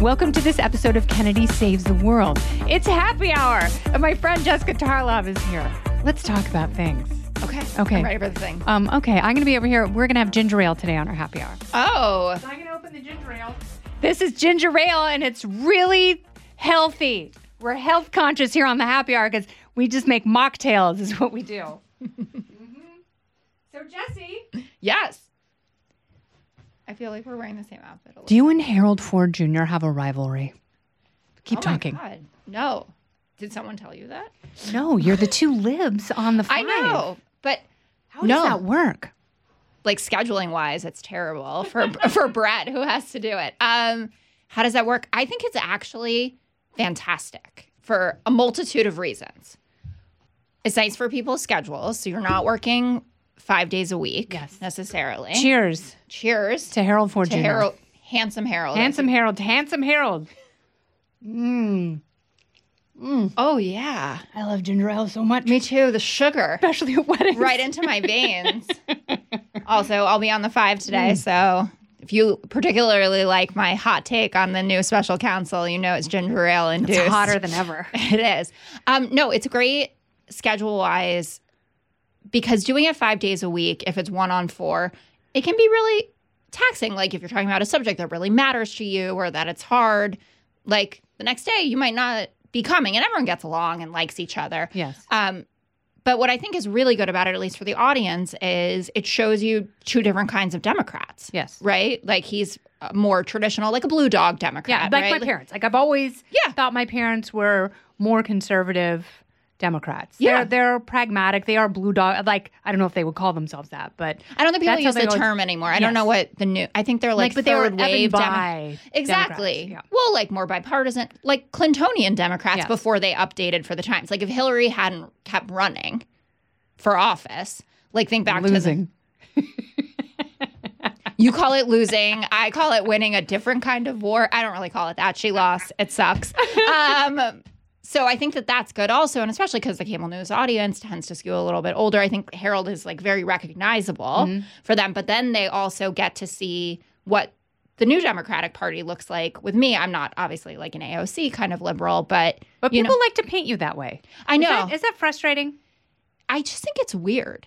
Welcome to this episode of Kennedy Saves the World. It's happy hour, and my friend Jessica Tarlov is here. Let's talk about things. Okay. Okay. I'm ready for the thing. Um, okay, I'm going to be over here. We're going to have ginger ale today on our happy hour. Oh, I'm going to open the ginger ale. This is ginger ale, and it's really healthy. We're health conscious here on the happy hour because we just make mocktails, is what we do. Mhm. So, Jesse. yes. I feel like we're wearing the same outfit. A little. Do you and Harold Ford Jr. have a rivalry? Keep oh my talking. God. No. Did someone tell you that? No, you're the two libs on the Oh. five. I know, but How does No. that work? like scheduling wise, it's terrible for for Brett who has to do it. Um, how does that work? I think it's actually fantastic for a multitude of reasons. It's nice for people's schedules, so you're not working five days a week Yes. necessarily. Cheers Cheers to Harold Ford to Jr. Harold, handsome Harold. Handsome Harold. Handsome Harold. Mmm. Oh yeah, I love ginger ale so much. me too. The sugar. Especially at weddings. right into my veins. also, I'll be on the five Mm. today, so if you particularly like my hot take on the new special counsel, you know it's ginger ale induced. It's hotter than ever. it is. Um, no, it's great schedule wise because doing it five days a week, if it's one on four, it can be really taxing. Like if you're talking about a subject that really matters to you or that it's hard, like the next day you might not be coming, and everyone gets along and likes each other. Yes. Um, but what I think is really good about it, at least for the audience, is it shows you two different kinds of Democrats. Yes. Right? Like he's uh, more traditional, like a blue dog Yeah, Democrat. like right? my parents. Like I've always Yeah. thought my parents were more conservative Democrats. Yeah. They're they're pragmatic. They are blue dog like I don't know if they would call themselves that, but I don't think people That's how use they the always- term anymore. I don't Yes. know what the new. I think they're like, but they were third wave Evan Demo- Bayh Exactly. Democrats, Well, like more bipartisan, like Clintonian Democrats Yes. before they updated for the times. Like if Hillary hadn't kept running for office, like think back losing. to the, you call it losing, I call it winning a different kind of war. I don't really call it that. She lost. It sucks. Um, so I think that that's good also, and especially because the cable news audience tends to skew a little bit older. I think Harold is like very recognizable Mm-hmm. for them, but then they also get to see what the new Democratic Party looks like. With me, I'm not obviously like an AOC kind of liberal, but But you people like to paint you that way. I know. Is that, is that frustrating? I just think it's weird.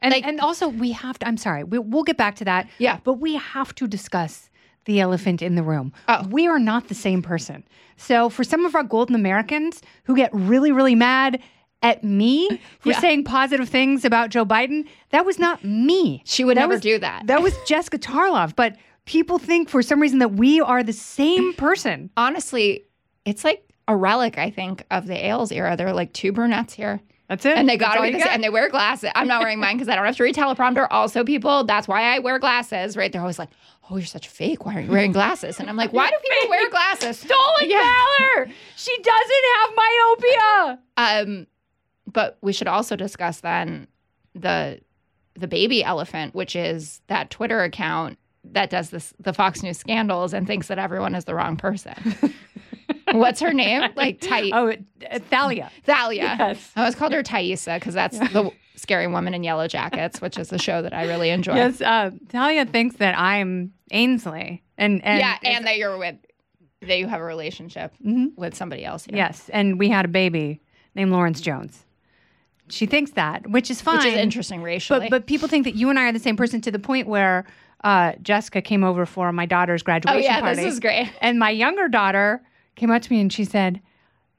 And, Like- and also, we have to, I'm sorry, we, we'll get back to that. Yeah. But we have to discuss the elephant in the room. Oh. We are not the same person. So, for some of our golden Americans who get really, really mad at me for Yeah. saying positive things about Joe Biden, that was not me. She would never was- do that. That was Jessica Tarlov. But people think for some reason that we are the same person. Oh Honestly, it's like a relic. I think of the Ailes era. There were like two brunettes here. That's it. And they That's got all away you with it. And they wear glasses. I'm not wearing mine because I don't have to read teleprompter. Also, people, that's why I wear glasses, right? They're always like, oh, you're such a fake. Why aren't you wearing glasses? And I'm like, why do people wear glasses? Stolen valor. She doesn't have myopia. Um, but we should also discuss then the the baby elephant, which is that Twitter account that does this the Fox News scandals and thinks that everyone is the wrong person. What's her name? Like tight. Oh, it- uh, Thalia. Thalia. Yes. I always called her Thaisa because that's the scary woman in yellow jackets, which is the show that I really enjoy. Yes, uh, Talia thinks that I'm Ainsley, and and yeah, and that you're with that you have a relationship with somebody else. here. Mm-hmm. yes, and we had a baby named Lawrence Jones. She thinks that, which is fine, which is interesting racially. But but people think that you and I are the same person to the point where uh, Jessica came over for my daughter's oh graduation yeah, party, this is great. and my younger daughter came up to me and she said,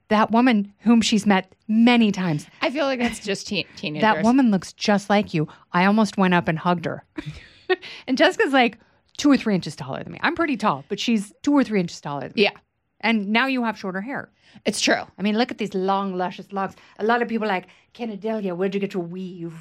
"That woman whom she's met many times, I feel like that's just teen- teenagers. that woman looks just like you. I almost went up and hugged her. and Jessica's like two or three inches taller than me. I'm pretty tall, but she's two or three inches taller than me. Yeah, And now you have shorter hair. it's true. I mean, look at these long, luscious locks. A lot of people are like, Canadelia, where'd you get your weave?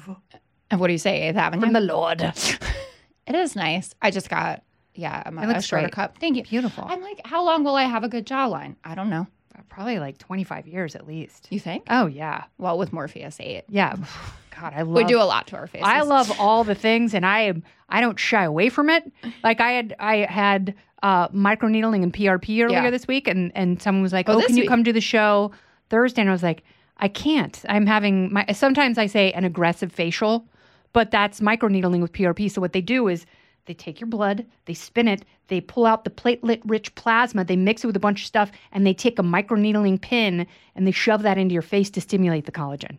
And what do you say, Eighth Avenue? From the Lord. it is nice. I just got yeah, I'm a, It a looks shorter great. cup. Thank you. Beautiful. I'm like, how long will I have a good jawline? I don't know. Probably like 25 years at least. You think? Oh, yeah. Well, with Morpheus 8. Yeah. God, I love We do a lot to our faces. I love all the things, and I am I don't shy away from it. Like I had I had uh, microneedling and PRP earlier Yeah. this week, and and someone was like, Oh, "Oh, this can you week. come do the show Thursday?" And I was like, "I can't. I'm having my." Sometimes I say an aggressive facial, but that's microneedling with PRP. So what they do is. They take your blood, they spin it, they pull out the platelet rich plasma, they mix it with a bunch of stuff, and they take a microneedling pin and they shove that into your face to stimulate the collagen.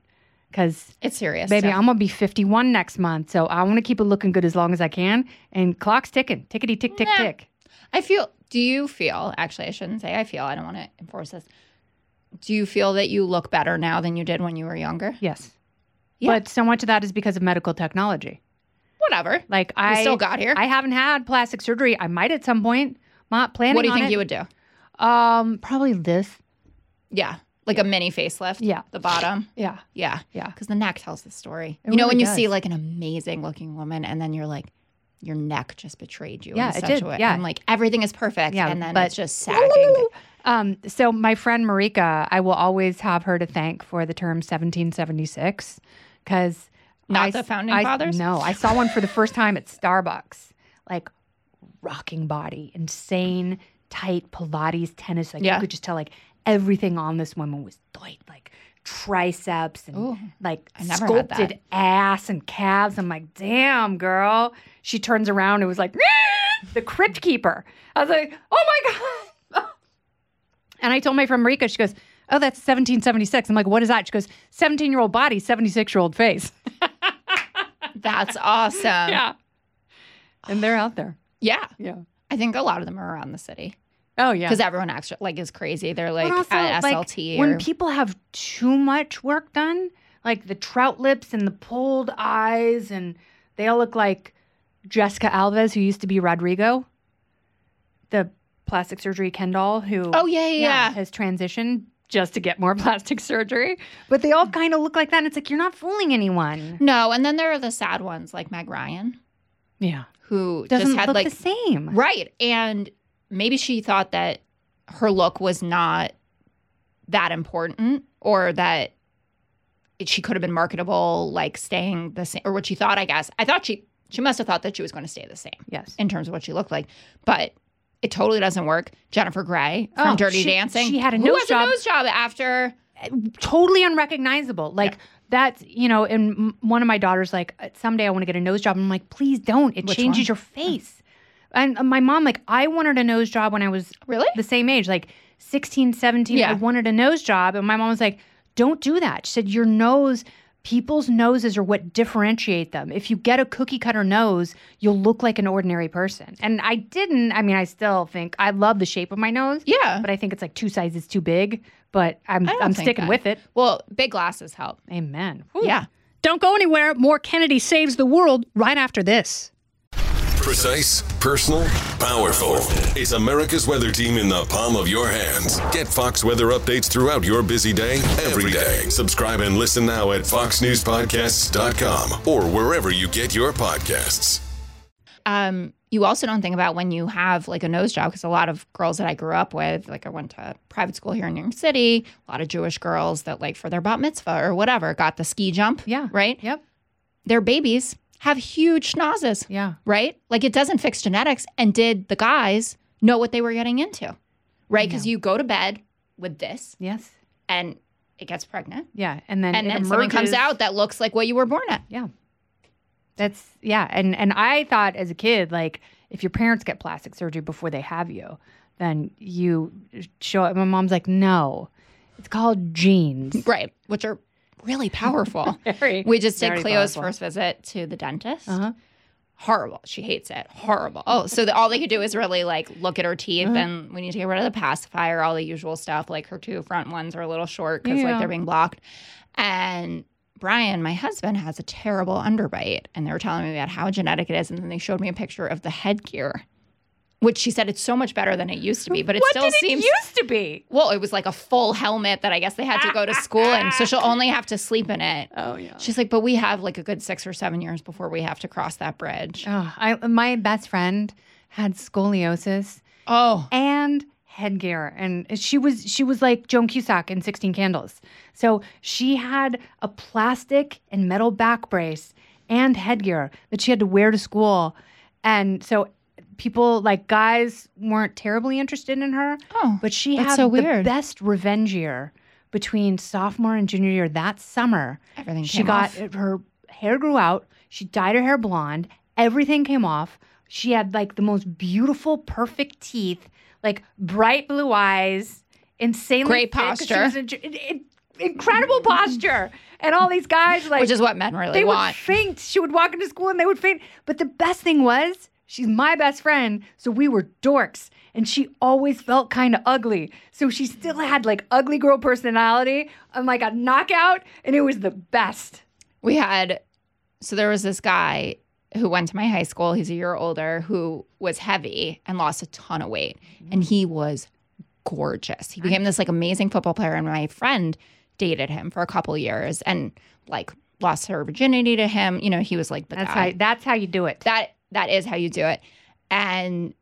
Because It's serious. Baby, stuff. I'm gonna be 51 next month, so I want to keep it looking good as long as I can. And clock's ticking, tickety tick tick Nah. tick. I feel. Do you feel? Actually, I shouldn't say I feel. I don't want to enforce this. Do you feel that you look better now than you did when you were younger? Yes, Yeah. but so much of that is because of medical technology. Whatever. Like I I still got here. I haven't had plastic surgery. I might at some point. I'm not planning. what do you on think it. you would do? Um, probably this. Yeah, like a mini facelift. Yeah. the bottom. Yeah, Yeah, Yeah. Because the neck tells the story. It you know, really when you does. see like an amazing looking woman, and then you're like, your neck just betrayed you. Yeah, in it such did. A way. Yeah. and like everything is perfect. Yeah, and then but- it's just sagging. Um, so my friend Marika, I will always have her to thank for the term 1776, because Not the founding fathers? No, I saw one for the first time at Starbucks, like rocking body, insane, tight Pilates tennis. Like Yeah. you could just tell, like everything on this woman was tight, like triceps and Ooh. like I never had that. sculpted ass and calves. I'm like, damn, girl. She turns around. It was like "Ah!" the crypt keeper. I was like, oh my god. And I told my friend Marika, she goes, oh, that's 1776. I'm like, what is that? She goes, 17 year old body, 76 year old face. That's awesome. Yeah. And they're out there. yeah, Yeah. I think a lot of them are around the city Oh yeah. because everyone extra like is crazy. They're like But at like, SLT or when people have too much work done, like the trout lips and the pulled eyes, and they all look like Jessica Alves, who used to be Rodrigo, the plastic surgery Ken doll, who oh yeah, yeah, yeah. has transitioned just to get more plastic surgery. But they all kind of look like that, and it's like you're not fooling anyone. No, and then there are the sad ones like Meg Ryan Yeah, who doesn't just had look like the same. Right. And maybe she thought that her look was not that important or that it- she could have been marketable, like staying the same, or what she thought, I guess. I thought she, she must have thought that she was going to stay the same Yes. in terms of what she looked like. But it totally doesn't work. Jennifer Grey from Oh, Dirty she- Dancing. she had a Who nose has job. a nose job after. totally unrecognizable. Like that's you know, and m- one of my daughters like uh, someday I want to get a nose job. And I'm like, please don't. It Which changes one? your face. And uh, my mom like I wanted a nose job when I was Really? the same age, like 16, 17. Yeah. I wanted a nose job, and my mom was like, don't do that. She said your nose. People's noses are what differentiate them. If you get a cookie cutter nose, you'll look like an ordinary person. And I didn't. I mean, I still think I love the shape of my nose. Yeah. But I think it's like two sizes too big. But I'm I don't I'm think sticking I- with it. Well, big glasses help. Amen. Yeah. Don't go anywhere. More Kennedy saves the world right after this. Precise, personal, powerful. It's America's weather team in the palm of your hands. Get Fox weather updates throughout your busy day, every day. Subscribe and listen now at foxnewspodcasts.com or wherever you get your podcasts. um, you also don't think about when you have like a nose job because a lot of girls that I grew up with, like I went to private school here in New York City, a lot of Jewish girls that like for their bat mitzvah or whatever got the ski jump. Yeah. Right? Yep. Their babies have huge schnozzes. Yeah. Right? Like it doesn't fix genetics. And did the guys know what they were getting into? Right? Because you go to bed with this Yes. and it gets pregnant. Yeah. And then And it then something comes emerges- out that looks like what you were born at. Yeah. That's yeah. And and I thought as a kid, like if your parents get plastic surgery before they have you, then you show up. My mom's like, no, it's called genes. Right. Which are really powerful. Very, we just did very Cleo's powerful. first visit to the dentist. Uh-huh. Horrible. She hates it. Horrible. Oh, so the, all they could do is really like look at her teeth Uh-huh. and we need to get rid of the pacifier, all the usual stuff. Like her two front ones are a little short because like Yeah. they're being blocked. And Brian, my husband, has a terrible underbite. And they were telling me about how genetic it is. And then they showed me a picture of the headgear, which she said it's so much better than it used to be, but it What still did it seems used to be? well, it was like a full helmet that I guess they had to go to school in. So she'll only have to sleep in it. Oh yeah. She's like, but we have like a good six or seven years before we have to cross that bridge. Oh, I, my best friend had scoliosis Oh, and headgear and she was she was like joan cusack in 16 candles so she had a plastic and metal back brace and headgear that she had to wear to school and so people like guys weren't terribly interested in her Oh, but she that's had so the weird. best revenge year between sophomore and junior year that summer Everything she came got off. her hair grew out. She dyed her hair blonde. Everything came off. She had like the most beautiful, perfect teeth, like bright blue eyes, insanely Great fit 'cause she posture. was in- in- incredible posture, and all these guys like which is what men really they want. would faint. She would walk into school and they would faint. But the best thing was, she's my best friend, so we were dorks, and she always felt kind of ugly. So she still had like ugly girl personality and like a knockout, and it was the best. we had so there was this guy who went to my high school he's a year older who was heavy and lost a ton of weight and he was gorgeous he became this like amazing football player and my friend dated him for a couple years and like lost her virginity to him you know he was like the That's guy how that's how you do it. that that is how you do it and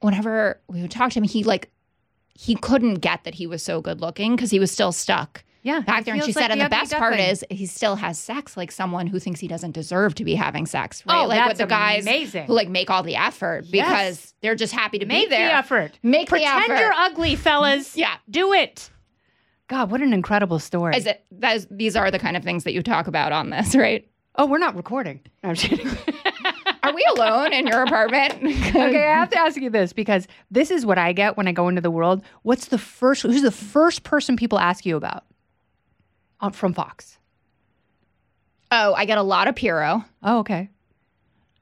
whenever we would talk to him he like he couldn't get that he was so good looking because he was still stuck Yeah, back there and feels she like said and the ugly best part duckling. is he still has sex like someone who thinks he doesn't deserve to be having sex right Oh, like that's with the guys amazing. who like make all the effort Yes. because they're just happy to make be there the effort. make Pretend the effort you're ugly, fellas. Yeah. do it. God, what an incredible story. is it that is, these are the kind of things that you talk about on this right oh, we're not recording. No, I'm just kidding. are we alone in your apartment okay, I have to ask you this because this is what I get when I go into the world. What's the first? Who's the first person people ask you about Uh, from Fox? oh i get a lot of piro Oh, okay.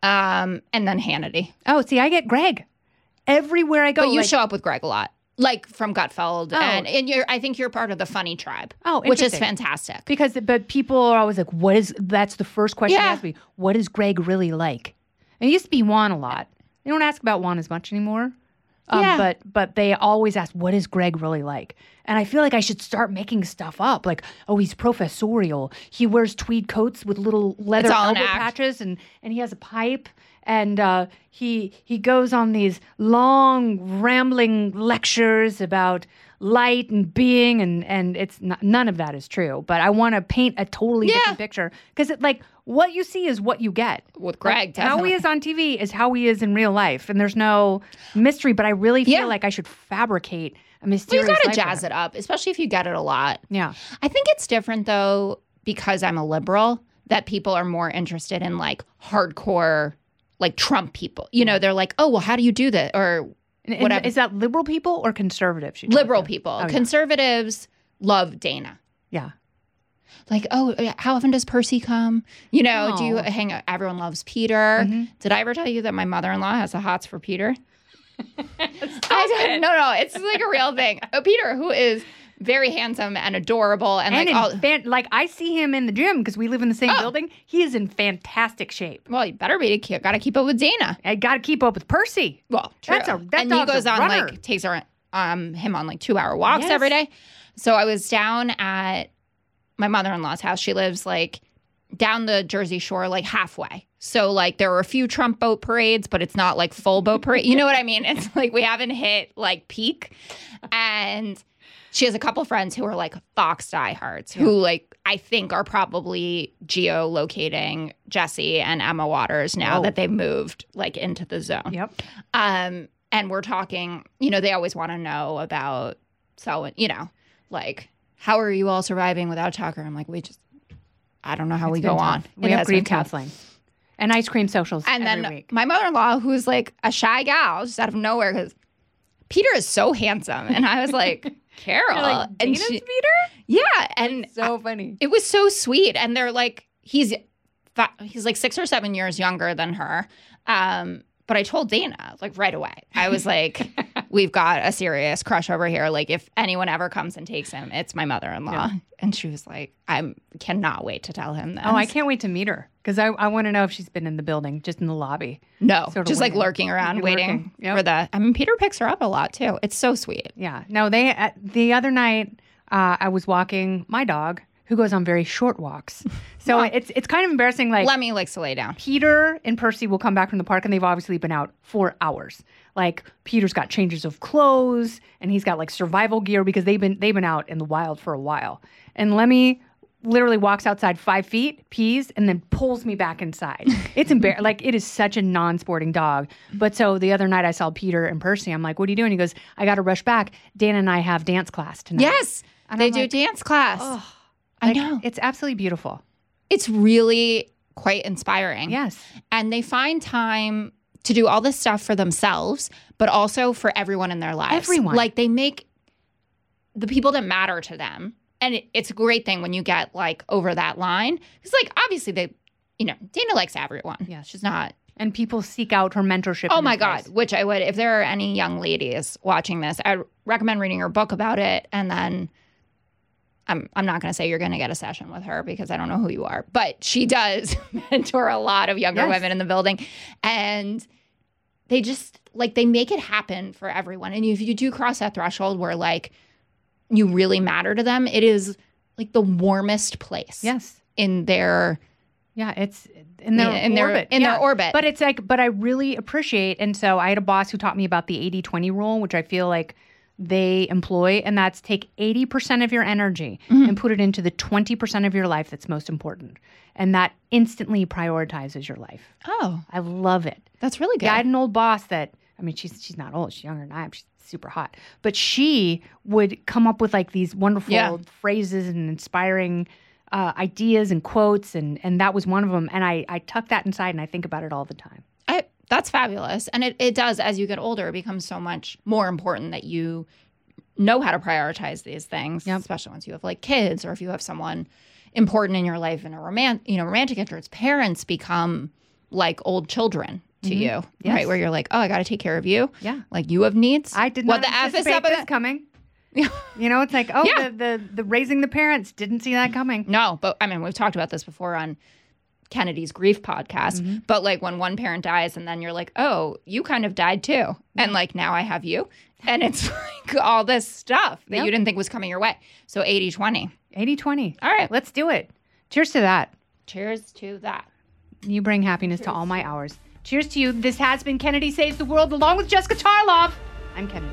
um and then hannity Oh, see, I get Greg everywhere I go. But you Oh, like- show up with Greg a lot, like from Gutfeld, and and you're. I think you're part of the funny tribe. Oh, which is interesting. fantastic. because but people are always like, "What is?" That's the first question they Yeah. ask me. What is Greg really like? And it used to be Juan a lot. They don't ask about Juan as much anymore. Um, Yeah. But but they always ask, "What is Greg really like?" And I feel like I should start making stuff up. Like, oh, he's professorial. He wears tweed coats with little leather It's all an elbow act. patches, and and he has a pipe. And uh, he he goes on these long rambling lectures about light and being, and and it's not, none of that is true. But I want to paint a totally different picture because it like what you see is what you get. With Greg, How definitely. he is on TV is how he is in real life, and there's no mystery. But I really feel Yeah. like I should fabricate a Well, mysterious. you gotta life for jazz him. it up, especially if you get it a lot. Yeah. I think it's different though because I'm a liberal that people are more interested in like hardcore, like Trump people. You Mm. know, they're like, oh well, how do you do that? Or And- and Whatever. is that liberal people or conservative? liberal people, Oh, yeah. conservatives love Dana. Yeah. like, oh, how often does Percy come? You know, do you Oh. Mm-hmm. hang out? Everyone loves Peter. Did I ever tell you that my mother in law has the hots for Peter? I don't, no, no, it's like a real thing. Oh, Peter, who is very handsome and adorable, and, and like in all. Oh. fan- like I see him in the gym because we live in the same building. He is in fantastic shape. Well, you better be cute. Got to keep up with Dana. I got to keep up with Percy. Well, true. That's a- that and he dog's a goes on runner. like takes her, um him on like two hour walks Yes. every day. So I was down at my mother in law's house. She lives like down the Jersey Shore, like halfway. So like there were a few Trump boat parades, but it's not like full boat parade. You know what I mean? It's like we haven't hit like peak, and she has a couple friends who are like Fox diehards who like I think are probably geolocating Jesse and Emma Waters now Oh. that they've moved like into the zone. Yep. Um, and we're talking, you know, they always want to know about so you know, like how are you all surviving without Tucker? I'm like, we just I don't know how we go on. We It have has been grief tough. counseling and ice cream socials And every then week. my mother-in-law, who's like a shy gal, just out of nowhere, goes, Peter is so handsome. And I was like, Carol. uh, and Dana's she- Oh, Peter? yeah. And So funny. it was so sweet and they're like he's fi- he's like six or seven years younger than her um but i told dana like right away i was like we've got a serious crush over here like if anyone ever comes and takes him it's my mother-in-law and she was like i cannot wait to tell him this Oh, I can't wait to meet her because I, I want to know if she's been in the building, just in the lobby. no Sort of just like waiting. lurking around You're waiting lurking. Yep. for the i mean peter picks her up a lot too it's so sweet Yeah. No, they, uh, the other night, uh, I was walking my dog, who goes on very short walks. So it's it's kind of embarrassing. Like Lemmy likes to lay down. Peter and Percy will come back from the park and they've obviously been out for hours. Like Peter's got changes of clothes and he's got like survival gear because they've been they've been out in the wild for a while. And Lemmy literally walks outside five feet, pees, and then pulls me back inside. It's embarrassing. like it is such a non-sporting dog. But so the other night I saw Peter and Percy. I'm like, what are you doing? He goes, I gotta rush back. Dan and I have dance class tonight. Yes, they do dance class. I Like, know. It's absolutely beautiful. It's really quite inspiring. Yes. and they find time to do all this stuff for themselves, but also for everyone in their lives. Everyone. Like they make the people that matter to them. And it, it's a great thing when you get like over that line. Because, like, obviously, they, you know, Dana likes everyone. Yes. She's not, And people seek out her mentorship. oh in my her God, place. which I would, if there are any young ladies watching this, I'd recommend reading her book about it. And then I'm, I'm not going to say you're going to get a session with her because I don't know who you are, but she does mentor a lot of younger Yes. women in the building. And they just like they make it happen for everyone. And if you do cross that threshold where like you really matter to them, it is like the warmest place Yes. in their Yeah, it's in their Yeah, in their- orbit. in their Yeah. orbit. But it's like, but I really appreciate. And so I had a boss who taught me about the 80 20 rule, which I feel like they employ. And that's take 80% of your energy Mm-hmm. and put it into the 20% of your life that's most important. And that instantly prioritizes your life. Oh, I love it. that's really good. Yeah, I had an old boss that I mean, she's she's not old, she's younger than I am. She's super hot, but she would come up with like these wonderful Yeah. phrases and inspiring uh, ideas and quotes, and and that was one of them. And I I tuck that inside and I think about it all the time. I, that's fabulous. And it, it does, as you get older, it becomes so much more important that you know how to prioritize these things, especially once you have like kids or if you have someone important in your life in a romantic, you know, romantic interest, parents become like old children to you, right? Where you're like, oh, I got to take care of you. Mm-hmm. Yeah. Like you have needs. I did what not the F is anticipate up with this that? coming. you know, it's like oh, Yeah. the, the the raising the parents didn't see that coming. No, but I mean, we've talked about this before on Kennedy's grief podcast. But like when one parent dies, and then you're like, oh, you kind of died too. And like now I have you. And it's like all this stuff that you didn't think was coming your way. So 80 20. 80 20. All right. let's do it. Cheers to that. Cheers to that. You bring happiness to all my hours. Cheers to you. This has been Kennedy Saves the World along with Jessica Tarlov. I'm Kennedy.